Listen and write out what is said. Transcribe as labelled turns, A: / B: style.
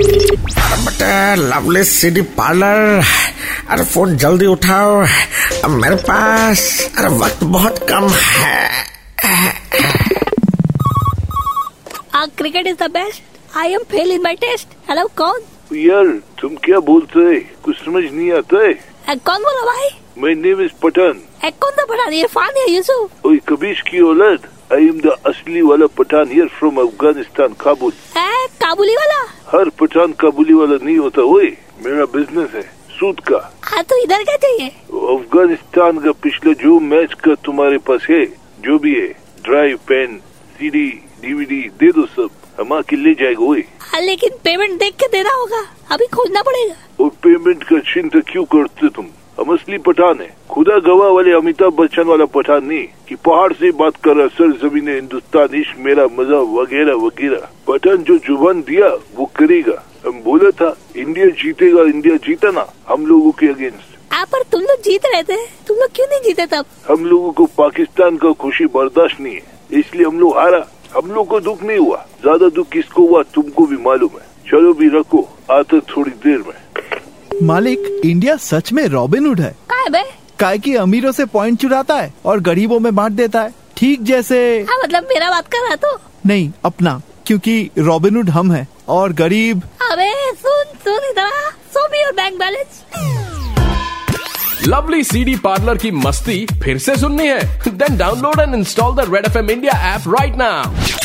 A: but lovely city parlour अरे phone जल्दी उठाओ अब मेरे पास अरे वक्त बहुत कम है
B: cricket is the best I am fail in my test hello कौन
C: यार तुम क्या बोलते है कुछ समझ नहीं आता है
B: अ, Uh, कौन बोला भाई
C: my name is Pathan
B: uh, कौन सा पढ़ा इरफान या यूसुफ
C: और कबीश की औलाद आई एम द असली वाला Pathan here from Afghanistan Kabul
B: uh, Uh, काबुली वाला
C: हर पठान काबुली वाला नहीं होता ओए मेरा बिजनेस है सूद का
B: हाँ तो इधर क्या चाहिए
C: अफगानिस्तान का पिछला जो मैच का तुम्हारे पास है जो भी है ड्राइव पेन सीडी डीवीडी दे दो सब हम आके ले जाएगा ओए
B: हाँ, लेकिन पेमेंट देख के देना होगा अभी खोजना पड़ेगा
C: और पेमेंट का चिंता क्यों करते तुम हम असली पठान है खुदा गवाह वाले अमिताभ बच्चन वाला पठान नहीं कि पहाड़ से बात कर रहा सर जमीन हिंदुस्तान इश्क मेरा मजा वगैरह वगैरह पठान जो जुबान दिया वो करेगा हम बोला था इंडिया जीतेगा इंडिया जीता ना हम लोगों के अगेंस्ट
B: आ, Uh, पर तुम लोग जीत रहे थे तुम लोग क्यों नहीं जीते तब
C: हम लोगों को पाकिस्तान का खुशी बर्दाश्त नहीं है इसलिए हम लोग हारा हम लोग को दुख नहीं हुआ ज्यादा दुख किसको हुआ तुमको भी मालूम है चलो भी रखो आता थोड़ी देर में
D: मालिक इंडिया सच में रॉबिनहुड है
B: का है बे
D: काय की अमीरों से पॉइंट चुराता है और गरीबों में बांट देता है ठीक जैसे
B: हाँ मतलब मेरा बात कर रहा तो
D: नहीं अपना क्योंकि रॉबिनहुड हम हैं और गरीब
B: अबे Uh, सुन सुन इधर show me your bank balance
E: lovely CD parlour की मस्ती फिर से सुननी है then download and install the red F M India app right now